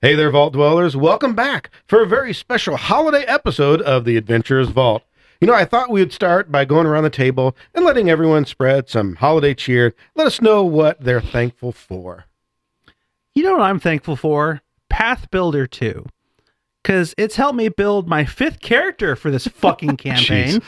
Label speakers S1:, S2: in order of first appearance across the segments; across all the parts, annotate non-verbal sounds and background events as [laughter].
S1: Hey there, Vault Dwellers. Welcome back for a very special holiday episode of The Adventurer's Vault. You know, I thought we would start by going around the table and letting everyone spread some holiday cheer. Let us know what they're thankful for.
S2: You know what I'm thankful for? Path Builder 2. Because it's helped me build my fifth character for
S1: [laughs]
S2: this fucking campaign.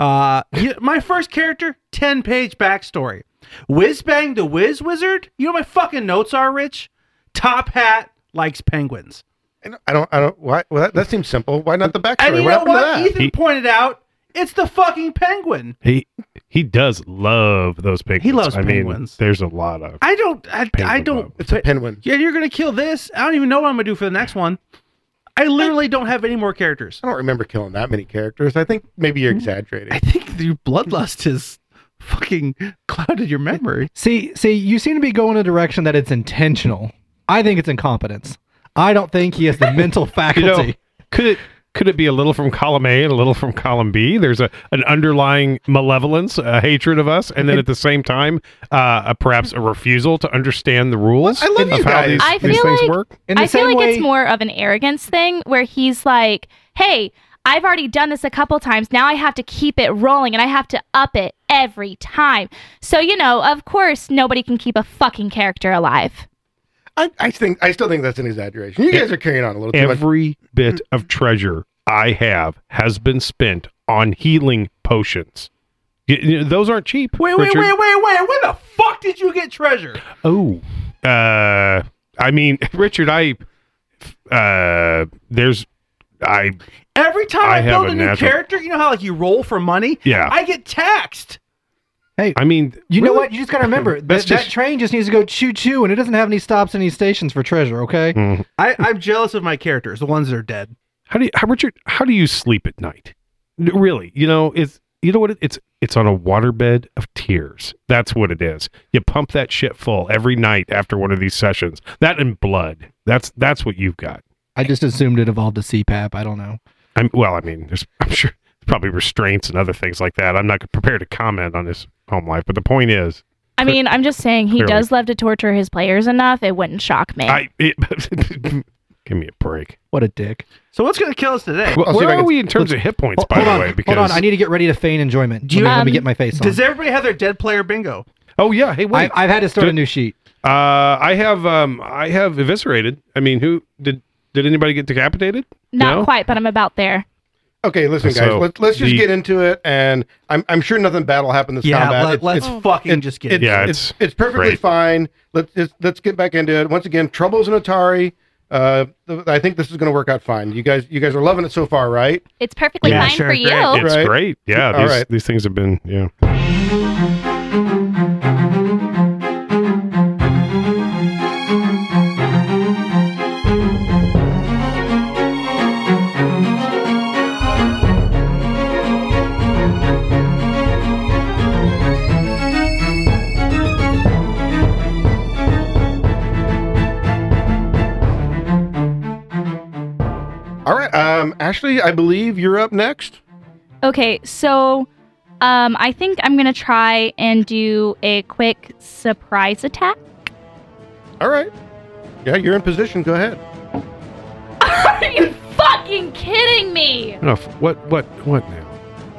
S2: uh, you- my first character, 10 page backstory. Whiz Bang the Whiz Wizard. You know what my fucking notes are, Rich? Top Hat likes penguins.
S1: And I don't, I don't, why? Well, that, that seems simple. Why not the
S2: And
S1: backstory?
S2: you
S1: What
S2: know
S1: happened
S2: what?
S1: to that?
S2: Ethan
S3: He-
S2: pointed out it's the fucking penguin.
S3: He he does love those penguins.
S2: loves
S3: I mean,
S2: penguins.
S3: there's a lot of.
S2: I don't. I, I
S3: Penguin
S2: don't.
S3: love.
S1: It's a penguin.
S2: Yeah, you're gonna kill this. I don't even know what I'm gonna do for the next one. I literally don't have any more characters. Hmm.
S1: I don't remember killing that many characters. I think maybe you're exaggerating.
S2: I think your bloodlust has fucking clouded your memory.
S4: See, see, you seem to be going in a direction that it's intentional. I think it's incompetence. I don't think he has the mental
S3: You
S4: faculty.
S3: know, could it could it be a little from column A and a little from column B? There's a an underlying malevolence, a hatred of us, and then at the same time, uh, a, perhaps a refusal to understand the rules
S1: I love
S3: of
S1: you
S3: how
S1: guys.
S3: these,
S5: I
S3: these
S5: feel
S3: things
S5: like-
S3: work.
S4: in the
S5: I feel
S4: same
S5: like
S4: way,
S5: it's more of an arrogance thing where he's like, hey, I've already done this a couple times. Now I have to keep it rolling and I have to up it every time. So, you know, of course, nobody can keep a fucking character alive.
S1: I, I think, I still think that's an exaggeration. You guys are carrying on a little too much.
S3: Every bit of treasure I have has been spent on healing potions. Y- y- those aren't cheap.
S2: Wait, wait,
S3: Richard.
S2: wait, wait, wait. Where the fuck did you get treasure?
S3: Oh. Uh, I mean, [laughs] Richard, I, uh, there's, I,
S2: Every time
S3: I
S2: I,
S3: have
S2: build a,
S3: a
S2: new
S3: natural-
S2: character, you know how like you roll for money.
S3: Yeah.
S2: I get taxed.
S3: I mean,
S4: you know what? You just got to
S1: [laughs]
S4: remember that,
S3: That's
S4: that
S3: just-
S4: train just needs to go choo choo, and it doesn't have any stops, any stations for treasure. Okay,
S3: mm,
S2: I, I'm jealous of my characters, the ones that are dead.
S3: how do you, how, Richard, how do you sleep at night? N- Really, you know, it's, you know what? it- It's, it's on a waterbed of tears. That's what it is. You pump that shit full every night after one of these sessions. That and blood. That's, that's what you've got.
S4: I just assumed it evolved to CPAP. I don't know.
S3: I'm, well, I mean, there's, [laughs] I'm sure probably restraints and other things like that. I'm not prepared to comment on his home life, but the point is,
S5: I mean, I'm just saying he
S3: Clearly.
S5: does love to torture his players enough. It wouldn't shock me.
S3: I it, [laughs] give me a break.
S4: What a dick.
S2: So what's gonna kill us today?
S1: Well, I'll see
S3: Where
S1: if I
S3: are
S1: can-
S3: we in terms of hit points,
S4: Hol-
S3: by
S4: hold
S3: the
S4: on,
S3: way? Because
S4: hold on. I need to get ready to feign enjoyment.
S2: Do you-
S4: let, me, let me
S5: Um,
S4: get my face on.
S2: Does everybody have their dead player bingo?
S3: oh yeah, hey
S4: I,
S3: wait, I,
S4: I've had to start
S3: Do-
S4: a new sheet.
S3: uh, I have um, I have eviscerated. I mean, who did did anybody get decapitated?
S5: Not
S3: no?
S5: quite, but I'm about there.
S1: Okay, listen, guys.
S3: So,
S1: let's let's just
S3: the-
S1: get into it, and I'm I'm sure nothing bad will happen this
S2: Yeah,
S1: combat.
S2: let,
S1: It's-
S2: let's
S1: it's-
S2: fucking
S1: it-
S2: just get
S1: it's,
S2: it.
S3: Yeah,
S1: it's,
S3: it's
S1: it's perfectly
S3: great.
S1: fine. Let's just, let's get back into it once again. Troubles in Atari. Uh, th- I think this is going to work out fine. You guys, you guys are loving it so far, right?
S5: It's perfectly
S2: Yeah,
S5: fine for
S2: sure, great.
S5: you.
S1: Yeah.
S3: It's
S1: Right.
S3: great. Yeah,
S1: All
S3: these,
S1: right.
S3: these things have been yeah.
S1: All right. Um, Ashley, I believe you're up next.
S5: Okay, so um, I think I'm going to try and do a quick surprise attack. [laughs]
S1: All right. Yeah, you're in position. Go ahead.
S5: Are you fucking kidding me?
S3: Enough. What what what now?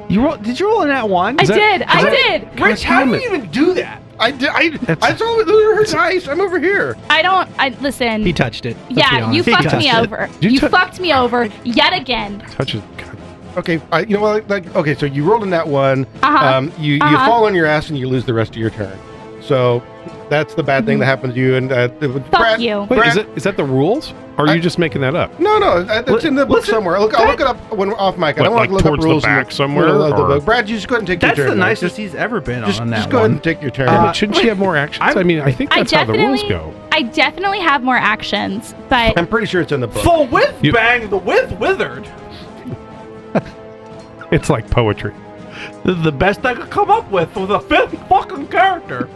S2: You roll, did you roll in that one?
S5: I
S3: that-
S5: did. I
S3: is that-
S5: did.
S2: Rich, how do
S3: damn
S2: you even do that?
S1: I did. I,
S3: That's-
S1: I saw those are her dice. I'm over here.
S5: I don't. I listen.
S4: He touched it. let's be
S5: yeah,
S4: honest.
S5: you
S2: He
S5: fucked
S2: touched
S5: me
S2: it.
S5: over.
S3: You
S5: You,
S3: tou-
S5: fucked me over yet again.
S3: Touches. God.
S1: Okay. I, you know what? Like, okay. So you rolled in that one.
S5: Uh-huh.
S1: Um, you you
S5: Uh-huh.
S1: fall on your ass and you lose the rest of your turn. So that's the bad thing that happened to you. And uh, it was-
S5: Fuck
S1: Brad-
S5: you.
S3: Wait,
S1: Brad-
S3: is it is that the rules? Or are
S1: I-
S3: you just making that up?
S1: No, no, uh, it's in the book
S2: Listen,
S1: somewhere. Look, I'll
S2: that-
S1: look it up when we're off mic. I
S3: What,
S1: don't want
S3: like
S1: to look
S3: towards
S1: up
S3: the
S1: rules in
S3: back
S1: the,
S3: somewhere,
S1: middle of the
S3: or-
S1: book. Brad, you just go ahead and take
S2: That's
S1: your
S2: the
S1: turn.
S2: nicest
S1: Just,
S2: he's ever been
S1: just,
S2: on that
S1: just go ahead
S2: one.
S1: and take your turn.
S2: Uh,
S3: but shouldn't she have more actions?
S2: I'm-
S3: i mean, I think
S5: I
S3: that's how the rules
S5: definitely-
S3: go.
S5: I definitely have more actions, but
S1: I'm pretty sure it's in the book.
S2: Full with
S3: You-
S2: bang the with withered.
S3: It's like poetry.
S2: This is the best I could come up with with a fifth fucking character.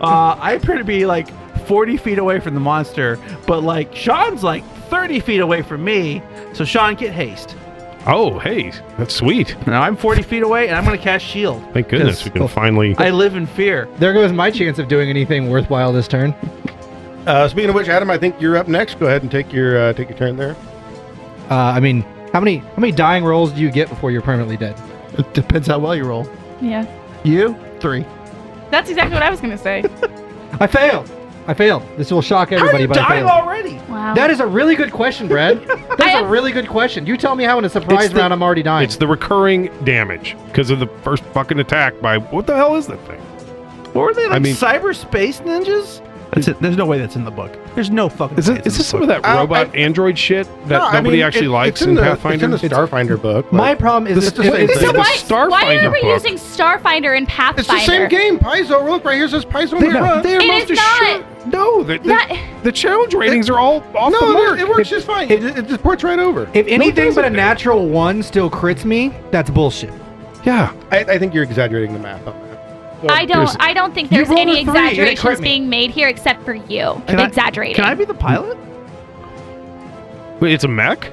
S2: Uh, I appear to be like 40 feet away from the monster, but like Sean's like 30 feet away from me. So Sean, get haste.
S3: Oh, hey, that's sweet.
S2: Now I'm 40 feet away, and I'm gonna cast shield.
S3: Thank goodness
S4: Yes.
S3: we can
S4: Oh.
S3: finally.
S2: I live in fear.
S4: There goes my chance of doing anything worthwhile this turn.
S1: Uh, speaking of which, Adam, I think you're up next. Go ahead and take your uh, take your turn there.
S4: Uh, I mean, how many how many dying rolls do you get before you're permanently dead?
S6: It depends how well you roll.
S5: Yeah.
S6: You three.
S5: That's exactly what I was going to say.
S4: I failed. I failed. This will shock everybody, but I
S2: dying
S4: failed.
S2: already.
S5: Wow.
S4: That is a really good question,
S1: [laughs]
S4: Brad. That's
S5: I
S4: a
S5: am-
S4: really good question. You tell me how in a surprise
S3: It's the-
S4: round I'm already dying.
S3: It's the recurring damage because of the first fucking attack by what the hell is that thing?
S2: What were they like?
S3: mean-
S2: cyberspace ninjas? That's it. There's no way that's in the book. There's no fucking.
S3: Is
S2: way
S3: it? Is
S2: it's in the
S3: this some of
S2: book.
S3: that
S1: Uh,
S3: robot android shit that
S1: No, I
S3: nobody
S1: mean,
S3: actually
S1: it-
S3: likes
S1: it's
S3: in
S1: the,
S3: Pathfinder?
S1: It's in the Starfinder book.
S4: My
S1: like,
S4: problem is
S1: It's the same
S4: it's-
S1: thing.
S5: so
S3: It's the
S5: why, why
S3: Starfinder
S5: are we
S3: book.
S5: using Starfinder and Pathfinder?
S1: it's the same game. Paizo, look right here says Paizo.
S3: They're,
S1: in the front.
S3: they're
S5: It
S3: about
S5: is
S3: to
S5: not-
S3: shoot- No, the, the,
S5: Not-
S3: the challenge ratings are all off
S1: no, no,
S3: the mark.
S1: it works just fine. It, it, just ports right over.
S4: if anything but a
S3: doesn't.
S4: natural one still crits me, that's bullshit.
S3: yeah,
S1: I, I think you're exaggerating the math on that.
S5: I
S3: There's-
S5: don't. I don't think
S4: You
S5: there's
S4: rolled
S5: any
S4: a three, and it crit
S5: exaggerations
S4: me.
S5: being made here except for you
S2: Can I-
S5: exaggerating.
S2: Can I be the pilot?
S3: Wait, it's a mech.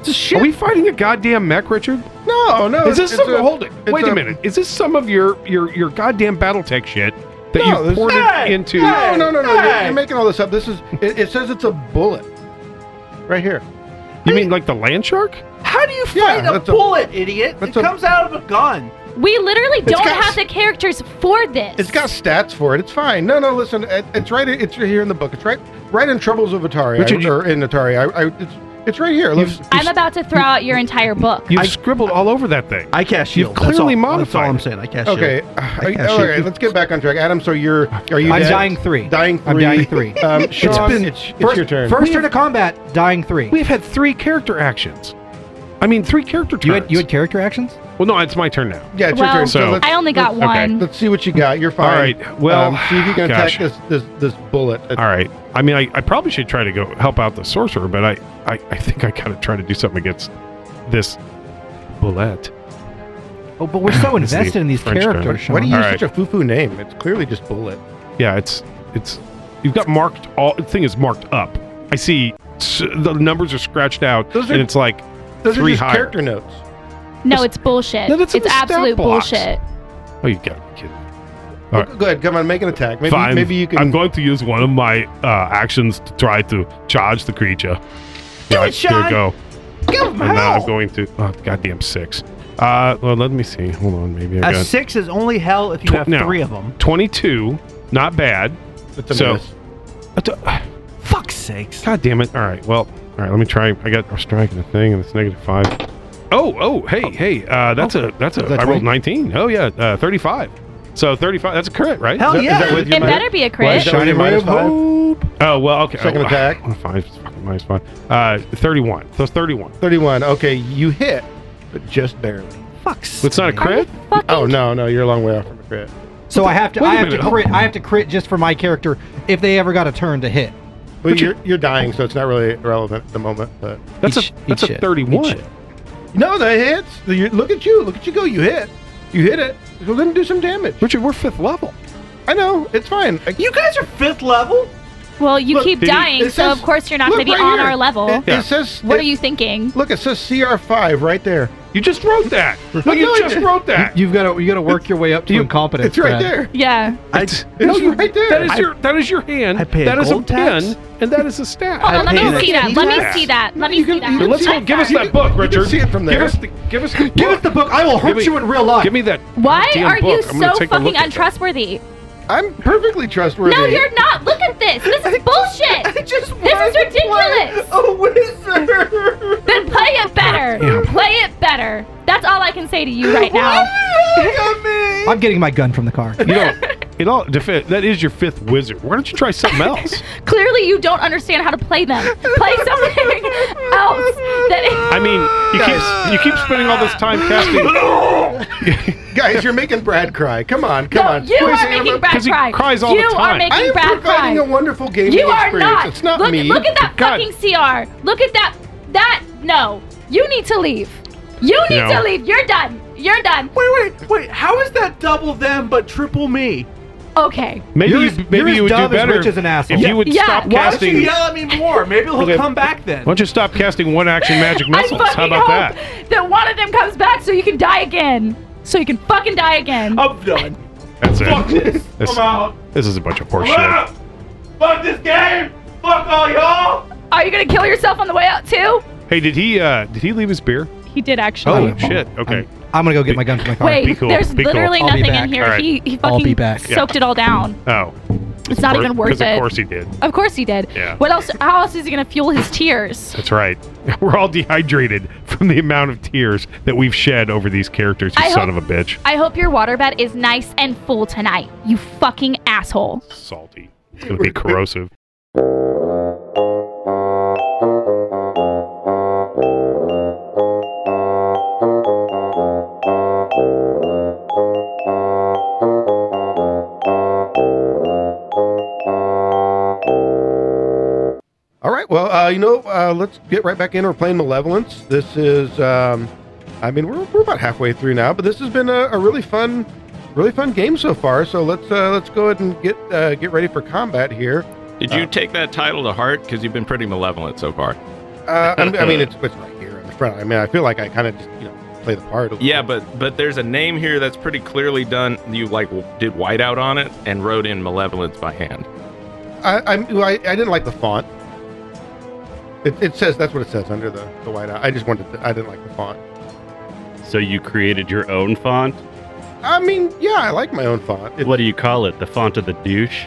S2: It's a
S3: Are
S2: ship.
S3: we fighting a goddamn mech, Richard?
S1: No, no.
S3: Is this
S1: it's-
S3: some?
S1: it's a-
S3: hold it.
S1: it's
S3: Wait a,
S1: a-
S3: minute. Is this some of your your your goddamn BattleTech shit that
S1: No,
S3: you
S1: this-
S3: poured
S2: Hey!
S3: into?
S1: No, no, no, no. You're,
S2: Hey!
S1: you're making all this up. This is. It, it says it's a bullet. Right here.
S3: You mean like the land shark?
S2: How do you
S1: Yeah,
S2: fight a
S1: that's a-
S2: bullet, idiot? It
S1: that's a-
S2: comes out of a gun.
S5: we literally don't
S1: got-
S5: have the characters for this.
S1: It's got stats for it. It's fine. No, no. Listen, it, it's right. It's here in the book. It's right. Right in Troubles of Atari.
S3: Richard,
S1: I,
S3: you-
S1: or in Atari. I, I, it's, it's right here. Look,
S5: I'm about to throw out your entire book.
S3: You've scribbled all over that thing.
S2: I cast
S3: You've
S2: shield. that's all.
S3: clearly
S2: That's all
S3: modified
S2: I'm
S3: it.
S2: saying. I cast shield.
S1: Okay. Are you-
S2: I should-
S1: all right. Let's get back on track, Adam. So you're are you?
S4: I'm
S1: dead?
S4: dying three.
S1: Dying three.
S4: I'm dying three.
S1: [laughs] Um, Sean, it's
S3: been-
S1: it's,
S4: first,
S1: your turn.
S4: First turn of combat, dying three.
S3: We've had three character actions. I mean, three character turns.
S4: You had, you had character actions?
S3: well, no, it's my turn now.
S1: yeah, it's
S5: well,
S1: your turn.
S3: So-
S1: let's,
S5: I only got
S3: let's- okay.
S5: one.
S1: let's see what you got. You're fine.
S3: All right, well,
S1: Um, see if you can
S3: gosh.
S1: attack this this this bullet.
S3: All right. I mean, I, I probably should try to go help out the sorcerer, but I, I, I think I gotta try to do something against this bullet.
S4: Oh, but we're
S3: [laughs]
S4: so
S3: It's the
S4: invested in these
S3: French term.
S4: characters. Sean.
S1: Why do you
S3: All
S1: use
S3: right.
S1: such a foo foo name? It's clearly just bullet.
S3: Yeah, it's it's you've got marked all the thing is marked up. I see s- the numbers are scratched out,
S1: Those are-
S3: and it's like
S1: Those
S3: three
S1: are just
S3: higher.
S1: character notes.
S5: no, it's bullshit.
S3: No, that's in
S5: it's
S3: the stat
S5: absolute
S3: blocks.
S5: bullshit.
S3: oh, you got to be kidding. All
S1: Well,
S3: right.
S1: Go ahead. Come on, make an attack. Maybe
S3: Fine.
S1: maybe you can.
S3: I'm going to use one of my uh, actions to try to charge the creature.
S2: Do
S3: yeah,
S2: it, Sean!
S3: Here we go.
S2: Give him
S3: And now I'm
S2: hell.
S3: going to oh, goddamn six. Uh, well, let me see. Hold on, maybe I
S2: A
S3: got
S2: six is only hell if you
S3: Tw-
S2: have
S3: no.
S2: three of them.
S3: twenty-two. Not bad.
S1: It's a
S3: so-
S1: miss.
S3: That's [sighs] a-
S2: Fuck's sakes.
S3: God damn it! All right, well, Oh, all right. Let me try. I got a strike and a thing, and it's negative five. Oh, oh, hey, hey. Uh, that's a that's a.
S1: that
S3: I rolled
S1: twenty?
S3: nineteen. Oh yeah, uh, thirty-five. So thirty-five. That's a crit, right?
S2: Hell
S3: Is that-
S2: yeah.
S1: Is that with your
S5: It
S1: minus-
S5: better be a
S1: Why
S5: crit.
S1: is that with your minus
S3: Shining ray of
S1: five?
S3: Oh well, okay.
S1: Second
S3: oh,
S1: attack.
S3: ah, [laughs] Five, it's fucking minus five. Uh, thirty-one. So thirty-one.
S1: 31. Okay, you hit, but just barely.
S2: Fuck's.
S3: It's not a
S2: sake.
S5: Are you
S3: crit.
S5: fucking
S1: Oh, no, no, you're a long way off from a crit.
S4: So I have to
S3: Wait a
S4: I have to
S3: minute.
S4: crit I have to crit just for my character if they ever got a turn to hit.
S1: But you're, you're dying, so it's not really relevant at the moment. But
S3: That's
S4: Eat sh-
S3: a that's
S4: eat
S3: a
S4: shit. Eat
S3: thirty-one.
S4: shit.
S1: No, that hits. You- look at you. Look at you go. You hit. You hit it. So then do some damage.
S3: Richard, we're fifth level.
S1: I know. It's fine. I-
S2: You guys are fifth level.
S5: Well, you
S1: Look,
S5: keep
S3: did he-
S5: dying,
S1: it
S5: so
S1: says-
S5: of course you're not
S1: look
S5: going to be
S1: right
S5: on
S1: here.
S5: our level.
S1: It,
S3: Yeah.
S1: it says.
S5: what
S1: it-
S5: are you thinking?
S1: Look, it says CR5 right there.
S3: You just wrote that. No, you
S1: No, I
S3: just
S1: did-
S3: wrote that.
S4: You've got to you got to work your way up to
S3: You-
S4: incompetence.
S1: It's right
S4: Brad.
S1: there.
S5: Yeah.
S2: I,
S1: It's
S3: No, you-
S1: right there.
S3: That is
S1: I-
S3: your that is your hand.
S2: I pay a
S3: That is a
S2: gold tax.
S3: pen, and that is a stat.
S5: Hold on, let
S2: Hey,
S5: me
S2: look
S5: see
S2: at
S5: that.
S2: these
S5: Let me
S2: guys.
S5: see that. Let me
S1: you
S5: see
S1: can- you
S5: that.
S1: can
S3: Let's
S1: see
S3: go.
S1: it.
S3: Give us that book,
S1: You
S3: Richard.
S1: can see it from
S3: Give
S1: there.
S3: us
S1: [laughs]
S3: the give us the
S4: Give
S3: book.
S4: us the book. I will hurt
S3: Give me-
S4: you in real life.
S3: Give me that.
S5: Why
S3: damn
S5: are you
S3: book. I'm gonna
S5: so
S3: take a look
S5: fucking
S3: at that.
S5: untrustworthy?
S1: I'm perfectly trustworthy.
S5: No, you're not. Look at this. This is bullshit.
S2: just
S5: This is ridiculous.
S2: a wizard.
S5: Then play it
S1: [laughs]
S5: better. Play it better. That's all I can say to you right
S1: [laughs]
S5: now.
S4: I'm getting my gun from the car.
S3: You know, it all defi- that is your fifth wizard. Why don't you try
S1: [laughs]
S3: something else?
S5: [laughs] Clearly, you don't understand how to play them. Play something else. That
S3: I mean, you keep you keep spending all this time casting
S1: [laughs]
S3: [laughs]
S1: Guys, you're making Brad cry. Come on,
S5: no,
S1: come on.
S5: you
S1: Please,
S5: are
S1: Adam,
S5: making Brad
S3: 'Cause he
S5: cry.
S3: cries all the
S5: you
S3: time.
S5: are
S1: I
S5: making
S1: am
S5: Brad cry.
S1: providing a wonderful gaming
S5: You are
S1: experience.
S5: not.
S1: It's not
S5: look,
S1: me.
S5: look at that
S3: God.
S5: fucking CR. Look at that. That no. You need to leave. You need
S3: No.
S5: to leave. You're done. You're done.
S2: Wait, wait, wait. How is that double them but triple me?
S5: Okay.
S3: maybe
S4: You're
S3: you,
S4: as- you're
S3: maybe
S4: as
S3: you would do
S4: dumb as
S3: better
S4: rich as an asshole.
S3: if you would
S5: Yeah.
S3: stop
S5: Why
S2: Why don't
S3: casting.
S2: you yell at me more? Maybe he'll
S3: Okay.
S2: come back then.
S3: why don't you stop casting one action magic
S5: [laughs]
S3: missiles?
S5: I
S3: How
S5: fucking
S3: about
S5: hope
S3: that?
S5: that? one of them comes back so you can die again. So you can fucking die again.
S2: I'm done.
S3: That's it.
S2: Fuck this.
S3: This-
S2: I'm out.
S3: This is a bunch of
S2: I'm
S3: horseshit.
S2: out.
S3: Fuck this game! Fuck all y'all!
S5: Are you gonna kill yourself on the way out too?
S3: Hey, did he uh did he leave his beer?
S5: He did
S3: Oh
S5: actually.
S4: I'm-
S3: shit. Okay.
S4: I'm gonna go get my gun from my car.
S5: Wait,
S3: be cool,
S5: there's
S3: be cool.
S5: literally
S4: I'll be
S5: nothing in
S4: back.
S5: here.
S3: All right.
S5: He he
S4: I'll
S5: fucking
S4: be back.
S5: soaked it all down.
S3: oh.
S5: It's not even worth
S3: 'cause Of
S5: it.
S3: course he did.
S5: Of course he did.
S3: Yeah.
S5: What else? How else is he gonna fuel his tears?
S3: That's right. [laughs] We're all dehydrated from the amount of tears that we've shed over these characters, you
S5: I
S3: son
S5: hope-
S3: of a bitch.
S5: I hope your waterbed is nice and full tonight. You fucking asshole.
S3: Salty. It's
S4: [laughs]
S3: gonna be corrosive.
S1: All right. Well, uh, you know, uh, let's get right back in. We're playing Malevolence. This is, um, I mean, we're, we're about halfway through now, but this has been a, a really fun, really fun game so far. So let's uh, let's go ahead and get uh, get ready for combat here.
S7: Did you take that title to heart? Because you've been pretty malevolent so far.
S1: Uh, I'm- I mean, it's, it's right here in the front. I mean, I feel like I kind of just you know play the part. a little
S7: Yeah,
S1: bit.
S7: but but there's a name here that's pretty clearly done. You like w- did whiteout on it and wrote in malevolence by hand.
S1: I, I'm, well, I I didn't like the font. It, it says that's what it says under the the white. I just wanted to, I didn't like the font.
S8: So you created your own font?
S1: I mean, yeah, I like my own font. It's-
S8: What do you call it? The font of the douche?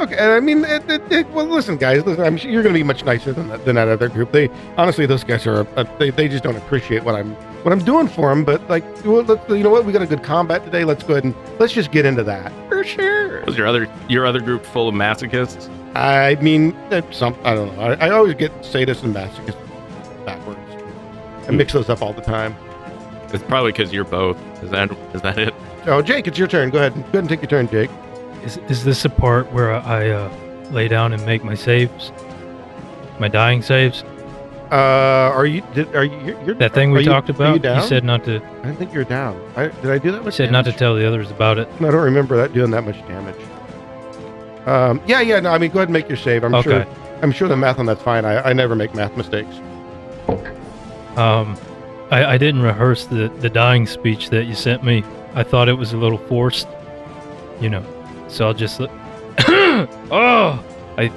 S1: Okay, and I mean, it, it, it, well, listen, guys, listen, I'm sure you're going to be much nicer than that, than that other group. They honestly, those guys are, uh, they, they just don't appreciate what I'm what I'm doing for them. But like, well, let's, you know what? We got a good combat today. Let's go ahead and let's just get into that.
S7: For sure. Was your other your other group full of masochists?
S1: I mean, uh, some I don't know. I, I always get sadist and masochist backwards. I mix those up all the time.
S7: It's probably because you're both. Is that is that it?
S1: Oh, Jake, it's your turn. Go ahead, and, go ahead and take your turn, Jake.
S9: Is, is this a part where I uh, lay down and make my saves? My dying saves?
S1: Uh, are you? Did, are you? You're, you're-
S9: That thing
S1: are
S9: we
S1: you-
S9: talked
S1: are
S9: about?
S1: You down?
S9: He said not to.
S1: I didn't think you're down. I, did I do that?
S9: He
S1: with
S9: said not
S1: damage?
S9: to tell the others about it.
S1: I don't remember that doing that much damage. Um, yeah, yeah. No, I mean, go ahead and make your save. I'm
S9: okay.
S1: sure. I'm sure the math on that's fine. I, I never make math mistakes.
S9: Um, I, I didn't rehearse the the dying speech that you sent me. I thought it was a little forced, you know. So I'll just. Let... [coughs] oh, I,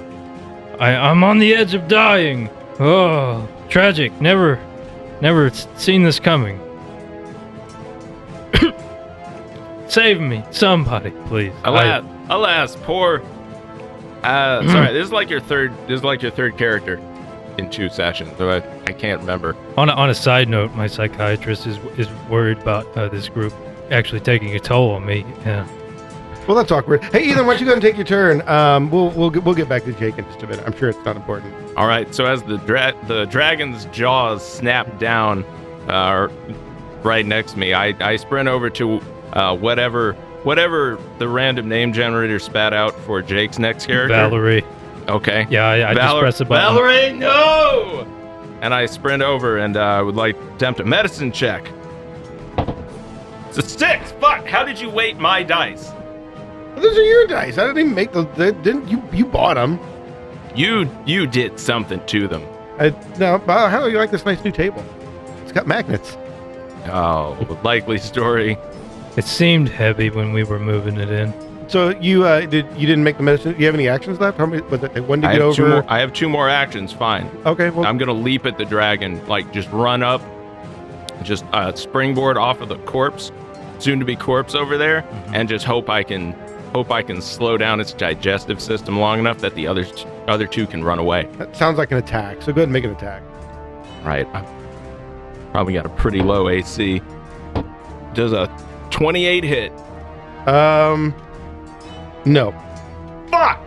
S9: I, I'm on the edge of dying. Oh, tragic. Never, never s- seen this coming. [coughs] Save me, somebody, please.
S7: Alas, alas, poor. Uh, sorry, this is like your third. This is like your third character in two sessions. So I, I can't remember.
S9: On a, on a side note, my psychiatrist is is worried about uh, this group actually taking a toll on me. Yeah.
S1: Well, that's awkward. Hey, Ethan, why don't you go ahead and take your turn? Um, we'll we'll get, we'll get back to Jake in just a minute. I'm sure it's not important.
S7: All right. So as the dra- the dragon's jaws snap down, uh, right next to me, I, I sprint over to uh, whatever whatever the random name generator spat out for Jake's next character.
S9: Valerie.
S7: Okay.
S9: Yeah, I, I just
S7: Valer-
S9: press a button.
S7: Valerie, no! And I sprint over and uh, I would like to attempt a medicine check. It's a six. Fuck! How did you weight my dice?
S1: Those are your dice. I didn't even make those. They didn't you? You bought them.
S7: You you did something to them.
S1: I, now, wow, how do you like this nice new table? It's got magnets.
S7: Oh, likely story.
S9: It seemed heavy when we were moving it in.
S1: So you uh, did you didn't make the medicine? Do you have any actions left? How many? Was it one to
S7: I
S1: get
S7: have two.
S1: over?
S7: More, I have two more actions. Fine.
S1: Okay. Well,
S7: I'm gonna leap at the dragon, like just run up, just uh, springboard off of the corpse, soon to be corpse over there,
S1: Mm-hmm.
S7: and just hope I can hope I can slow down its digestive system long enough that the other other two can run away.
S1: that sounds like an attack. So go ahead and make an attack.
S7: Right.
S1: Uh.
S7: I probably got a pretty low AC. Does a 28 hit?
S1: Um, no.
S3: Fuck!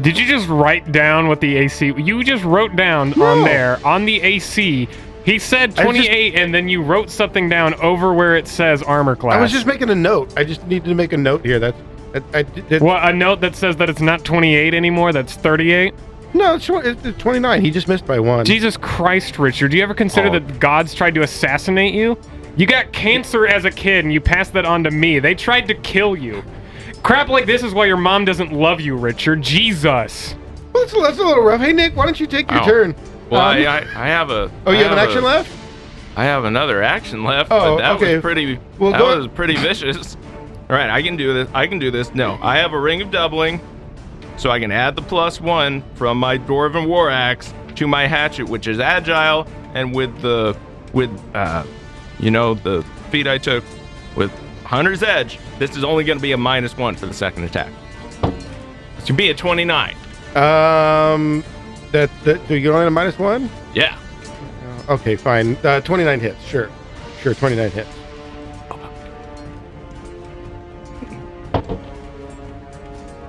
S10: Did you just write down what the AC? You just wrote down on there on the AC. He said
S1: I was just-
S10: 28, and then you wrote something down over where it says armor class.
S1: I was just making a note. I just needed to make a note here. That's I, I, did-
S10: Well, a note that says that it's not 28 anymore. That's 38.
S1: no, it's, tw- it's twenty nine. He just missed by one.
S10: Jesus Christ, Richard! Do you ever consider
S7: Oh.
S10: that gods tried to assassinate you? You got cancer as a kid, and you passed that on to me. They tried to kill you. Crap like this is why your mom doesn't love you, Richard. Jesus.
S1: Well, that's, a- that's a little rough. Hey Nick, why don't you take your
S7: Ow.
S1: turn?
S7: Well,
S1: Um,
S7: I, I, I have a.
S1: oh, you
S7: I
S1: have an
S7: a-
S1: action left.
S7: I have another action left.
S1: Oh,
S7: but that
S1: okay.
S7: was pretty.
S1: Well,
S7: that
S1: go-
S7: was pretty vicious. All right, I can do this. I can do this. No, I have a ring of doubling, so I can add the plus one from my dwarven war axe to my hatchet, which is agile, and with the with uh, you know the feat I took with Hunter's Edge, this is only going to be a minus one for the second attack. This should be a twenty-nine.
S1: Um, that that so you're only a minus one.
S7: Yeah.
S1: Okay, fine. Uh, twenty nine hits. Sure, sure. Twenty nine hits.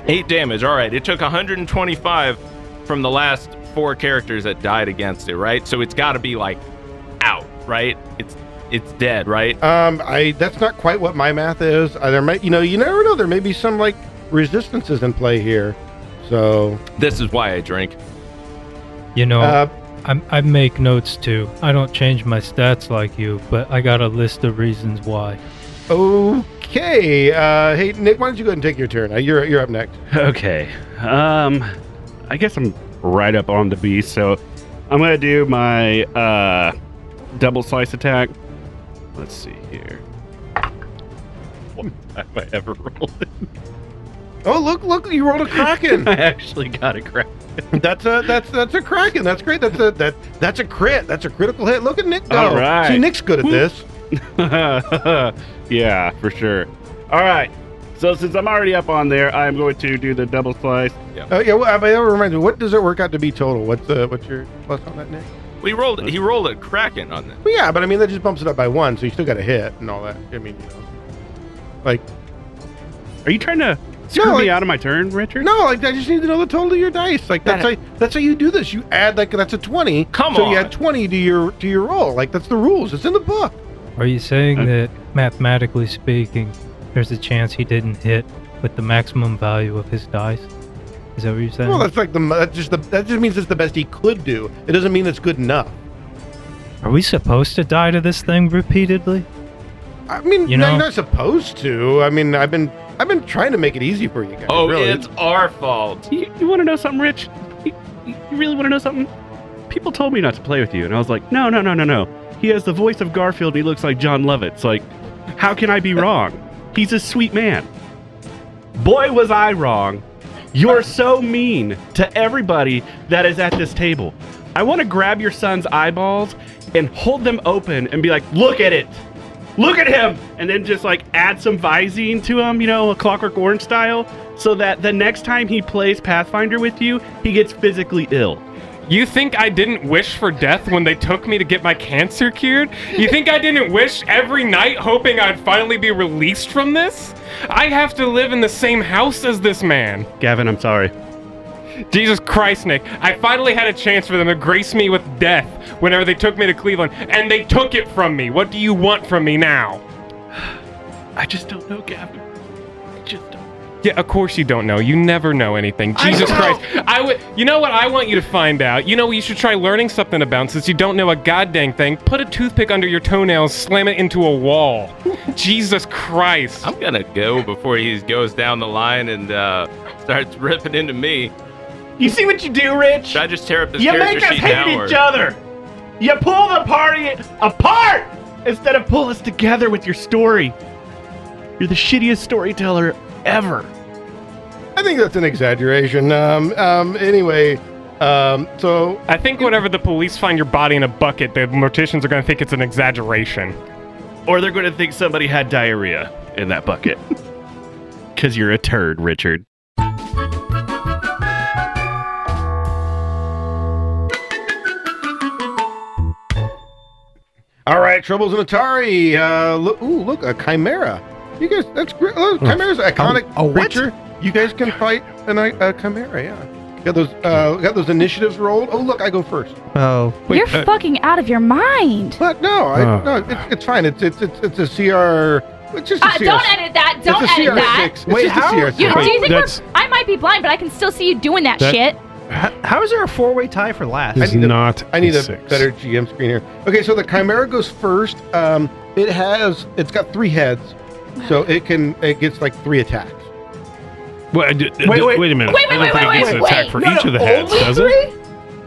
S7: Eight damage. All right. It took 125 from the last four characters that died against it, right? So it's got to be like out, right? It's it's dead, right?
S1: Um, I that's not quite what my math is. Uh, there might, you know, you never know. There may be some like resistances in play here. So
S7: This is why I drink.
S9: You know,
S1: Uh,
S9: I'm, I make notes too. I don't change my stats like you, but I got a list of reasons why.
S1: okay. Uh, hey Nick, why don't you go ahead and take your turn? Uh, you're you're up next.
S8: [laughs] Okay. Um, I guess I'm right up on the beast, so I'm gonna do my uh double slice attack. Let's see here. What time I ever [laughs] rolled? it?
S1: Oh look look, you rolled a kraken.
S8: [laughs] I actually got a crack.
S1: [laughs] that's a that's that's a kraken. That's great. That's a that that's a crit. That's a critical hit. Look at Nick go.
S8: All right.
S1: See, Nick's good at this.
S8: [laughs] yeah, for sure. All right. So since I'm already up on there, I'm going to do the double slice.
S1: Oh yeah. Well, I- but that reminds me. What does it work out to be total? What's the what's your plus on that, Nick?
S7: We rolled. He rolled a kraken on this.
S1: Well, yeah, but I mean that just bumps it up by one, so you still got a hit and all that. I mean, you know, like
S8: Are you trying to screw
S1: No,
S8: me
S1: like-
S8: out of my turn, Richard?
S1: no, like I just need to know the total of your dice. Like that's how, that's how you do this. You add like that's a twenty.
S7: Come
S1: so you
S7: on.
S1: add twenty to your to your roll. Like that's the rules. It's in the book.
S9: Are you saying
S8: Uh,
S9: that, mathematically speaking, there's a chance he didn't hit with the maximum value of his dice? Is that what you're saying?
S1: Well, that's like the that's just the that just means it's the best he could do. It doesn't mean it's good enough.
S9: Are we supposed to die to this thing repeatedly?
S1: I mean,
S9: You
S1: no,
S9: know?
S1: you're not supposed to. I mean, I've been I've been trying to make it easy for you guys.
S7: Oh,
S1: really.
S7: it's our fault.
S8: You, you want to know something, Rich? You, you you really want to know something? People told me not to play with you, and I was like, no, no, no, no, no. He has the voice of Garfield. And he looks like John Lovitz. like, how can I be wrong? He's a sweet man. Boy, was I wrong. You're so mean to everybody that is at this table. I want to grab your son's eyeballs and hold them open and be like, look at it. Look at him. And then just like add some Visine to him, you know, a Clockwork Orange style, so that the next time he plays Pathfinder with you, he gets physically ill.
S10: You think I didn't wish for death when they took me to get my cancer cured? You think I didn't wish every night hoping I'd finally be released from this? I have to live in the same house as this man.
S8: Gavin, I'm sorry.
S10: Jesus Christ, Nick. I finally had a chance for them to grace me with death whenever they took me to Cleveland, and they took it from me. What do you want from me now?
S8: I just don't know, Gavin. I just don't.
S10: Yeah, of course you don't know. You never know anything.
S8: I
S10: Jesus
S8: know.
S10: Christ. I would You know what I want you to find out? You know what you should try learning something about since you don't know a goddamn thing. Put a toothpick under your toenails, slam it into a wall. Jesus Christ.
S7: I'm gonna go before he goes down the line and uh, starts ripping into me.
S8: You see what you do, Rich?
S7: Should I just tear up this
S8: You
S7: character
S8: make us
S7: sheet
S8: hate
S7: now, or-
S8: each other. You pull the party apart instead of pull us together with your story. You're the shittiest storyteller ever.
S1: [laughs] I think that's an exaggeration. Um, um, anyway, um, so
S10: I think whenever the police find your body in a bucket, the morticians are going to think it's an exaggeration.
S8: Or they're going to think somebody had diarrhea in
S1: [laughs]
S8: that bucket. Because you're a turd, Richard.
S1: all right, troubles in Atari. Uh, look, ooh, look, a chimera. You guys, that's great. Oh, chimera's an iconic
S3: oh,
S4: a what?
S1: creature. You guys can fight an, i- a chimera. Yeah, got those uh, got those initiatives rolled. Oh, look, I go first.
S4: Oh,
S5: You're
S3: uh,
S5: fucking out of your mind.
S1: But no, I,
S3: Oh.
S1: no, it's, it's fine. It's it's it's, it's a CR. It's just a
S5: Uh,
S1: CR.
S5: don't edit that. Don't
S1: it's a
S5: edit
S1: CR
S5: that.
S1: six. It's
S4: Wait,
S1: just
S4: how-
S1: a CR
S5: You,
S1: six.
S5: do
S3: Wait,
S5: you think we're,
S3: that's-
S5: I might be blind, but I can still see you doing that,
S3: That-
S5: shit.
S4: H- how is there a four-way tie for last?
S3: Is
S1: need a-
S3: not.
S1: I need a
S3: six.
S1: better GM screen here. Okay, so the Chimera goes first. Um, it has it's got three heads,
S3: [laughs]
S1: so it can it gets like three attacks.
S3: Wait, I did-
S4: Wait,
S3: d-
S4: wait.
S3: a minute.
S5: Wait, wait,
S3: I don't
S5: wait,
S3: think
S5: wait,
S3: it gets
S5: wait,
S3: an attack
S5: wait.
S3: for each of the heads, does it?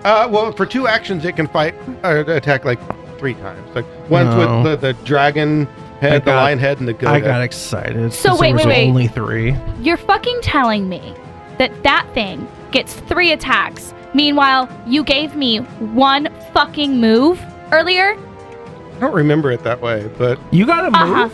S1: Uh, well, for two actions, it can fight uh, attack like three times. Like once
S4: No.
S1: with the, the dragon
S4: I
S1: head, the
S4: got-
S1: lion head, and the goat.
S4: I
S1: head.
S4: got excited.
S5: So
S4: since
S5: wait,
S4: there was
S5: wait, wait.
S4: Only three.
S5: You're fucking telling me that that thing gets three attacks. Meanwhile, you gave me one fucking move earlier.
S1: I don't remember it that way, but
S2: you got a
S5: Uh-huh.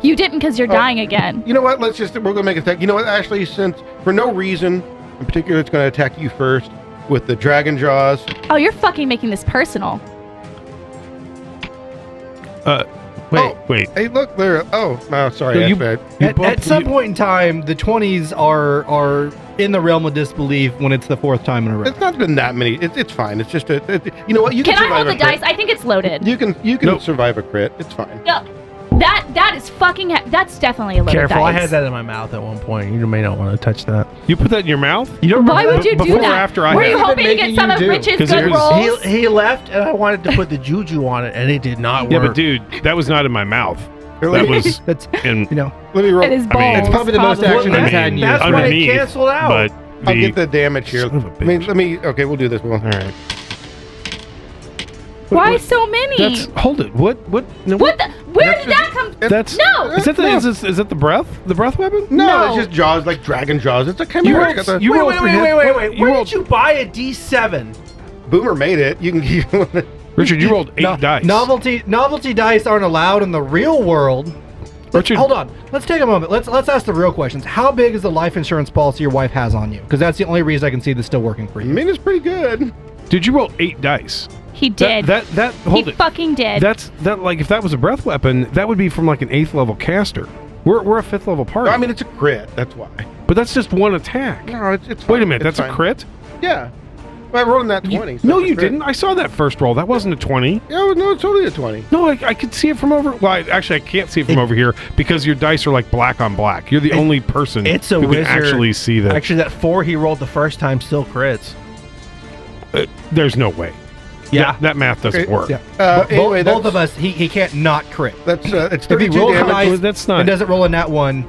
S5: You didn't because you're
S1: Oh.
S5: dying again.
S1: You know what? Let's just we're gonna make a attack. You know what? Actually, since for no reason in particular, it's gonna attack you first with the dragon jaws.
S5: Oh, you're fucking making this personal.
S3: Uh, wait, wait.
S1: Oh, Hey, look there. Oh, no, sorry,
S4: So you-
S1: that's
S4: At- at, some point in time, the twenties are are in the realm of disbelief when it's the fourth time in a row.
S1: It's not been that many. It, it's fine. It's just a. it- you know what? You can,
S5: Can I
S1: survive
S5: roll the
S1: a crit.
S5: dice? I think it's loaded.
S1: You can you can survive a crit. It's fine.
S5: No, that that is fucking. he- that's definitely a loaded
S11: Careful, I
S5: dice.
S11: had that in my mouth at one point. You may not want to touch that.
S3: You put that in your mouth?
S11: You don't
S5: Why would you do
S11: before
S5: that?
S11: or after I
S5: Were
S11: had
S5: you
S11: it?
S5: hoping to get some of Rich's good rolls?
S11: He, he left, and I wanted to put the juju on it, and it did not work.
S3: Yeah, but dude, that was not in my mouth.
S11: [laughs]
S3: That was
S4: That's
S3: in
S4: you know.
S1: Let me roll.
S5: It is
S3: I mean-
S5: balls,
S3: It's
S1: probably the most
S5: probably.
S1: action
S3: I
S1: I've
S3: mean,
S1: had in years.
S11: That's why it
S3: underneath,
S11: canceled out.
S3: But the,
S1: I'll get the damage here.
S3: Son of a
S1: I mean, let me. Okay, we'll do this one.
S3: all right.
S5: Why so many?
S3: That's hold it. What what no,
S5: what the? Where did
S1: That's-
S5: that come?
S3: That's
S5: No!
S3: Is that the is, this, is that the breath? The breath weapon?
S1: No,
S5: No.
S1: it's just jaws like dragon jaws. It's a
S3: You
S1: chimera.
S3: rolled,
S1: It's got the-
S3: you
S11: wait,
S3: rolled
S11: wait,
S3: three
S11: wait,
S3: hit-
S11: wait, wait, wait.
S3: you
S11: Where
S3: rolled-
S11: did you buy a D7?
S1: Boomer made it. You can keep. [laughs]
S3: Richard, you rolled eight
S4: No-
S3: dice.
S4: Novelty novelty dice aren't allowed in the real world. Let's-
S3: Richard-
S4: hold on. Let's take a moment. Let's let's ask the real questions. How big is the life insurance policy your wife has on you? Because that's the only reason I can see this still working for
S1: I
S4: you.
S1: mean, it's pretty good.
S3: Did you roll eight dice?
S5: He
S3: That
S5: did.
S3: that, that hold
S5: he
S3: it.
S5: fucking did.
S3: That's that like if that was a breath weapon, that would be from like an eighth level caster. We're, we're a fifth level party.
S1: I mean, it's a crit. That's why.
S3: but that's just one attack.
S1: No, it's. it's
S3: Wait a
S1: fine.
S3: minute,
S1: It's
S3: that's a
S1: fine.
S3: crit?
S1: Yeah. Well, I rolled in that 20. so
S3: no,
S1: it's a
S3: you
S1: crit.
S3: didn't. I saw that first roll. That wasn't a twenty.
S1: Yeah, well, no, it's totally a 20.
S3: No, I, I could see it from over. Well, I, actually, I can't see it from over here because your dice are like black on black. You're the only person
S11: It's a
S3: who
S11: wizard.
S3: can actually see that.
S11: Actually, that four he rolled the first time still crits.
S3: Uh, there's no way.
S11: Yeah.
S3: that, that math doesn't
S1: Okay,
S3: work.
S4: yeah.
S1: Uh,
S4: Bo-
S1: anyway, that's,
S4: both of us, he, he can't not crit.
S1: That's, uh, it's
S4: If he
S1: 32
S4: rolls
S1: damage.
S4: dice
S3: That's
S4: and
S3: not.
S4: doesn't roll a nat one,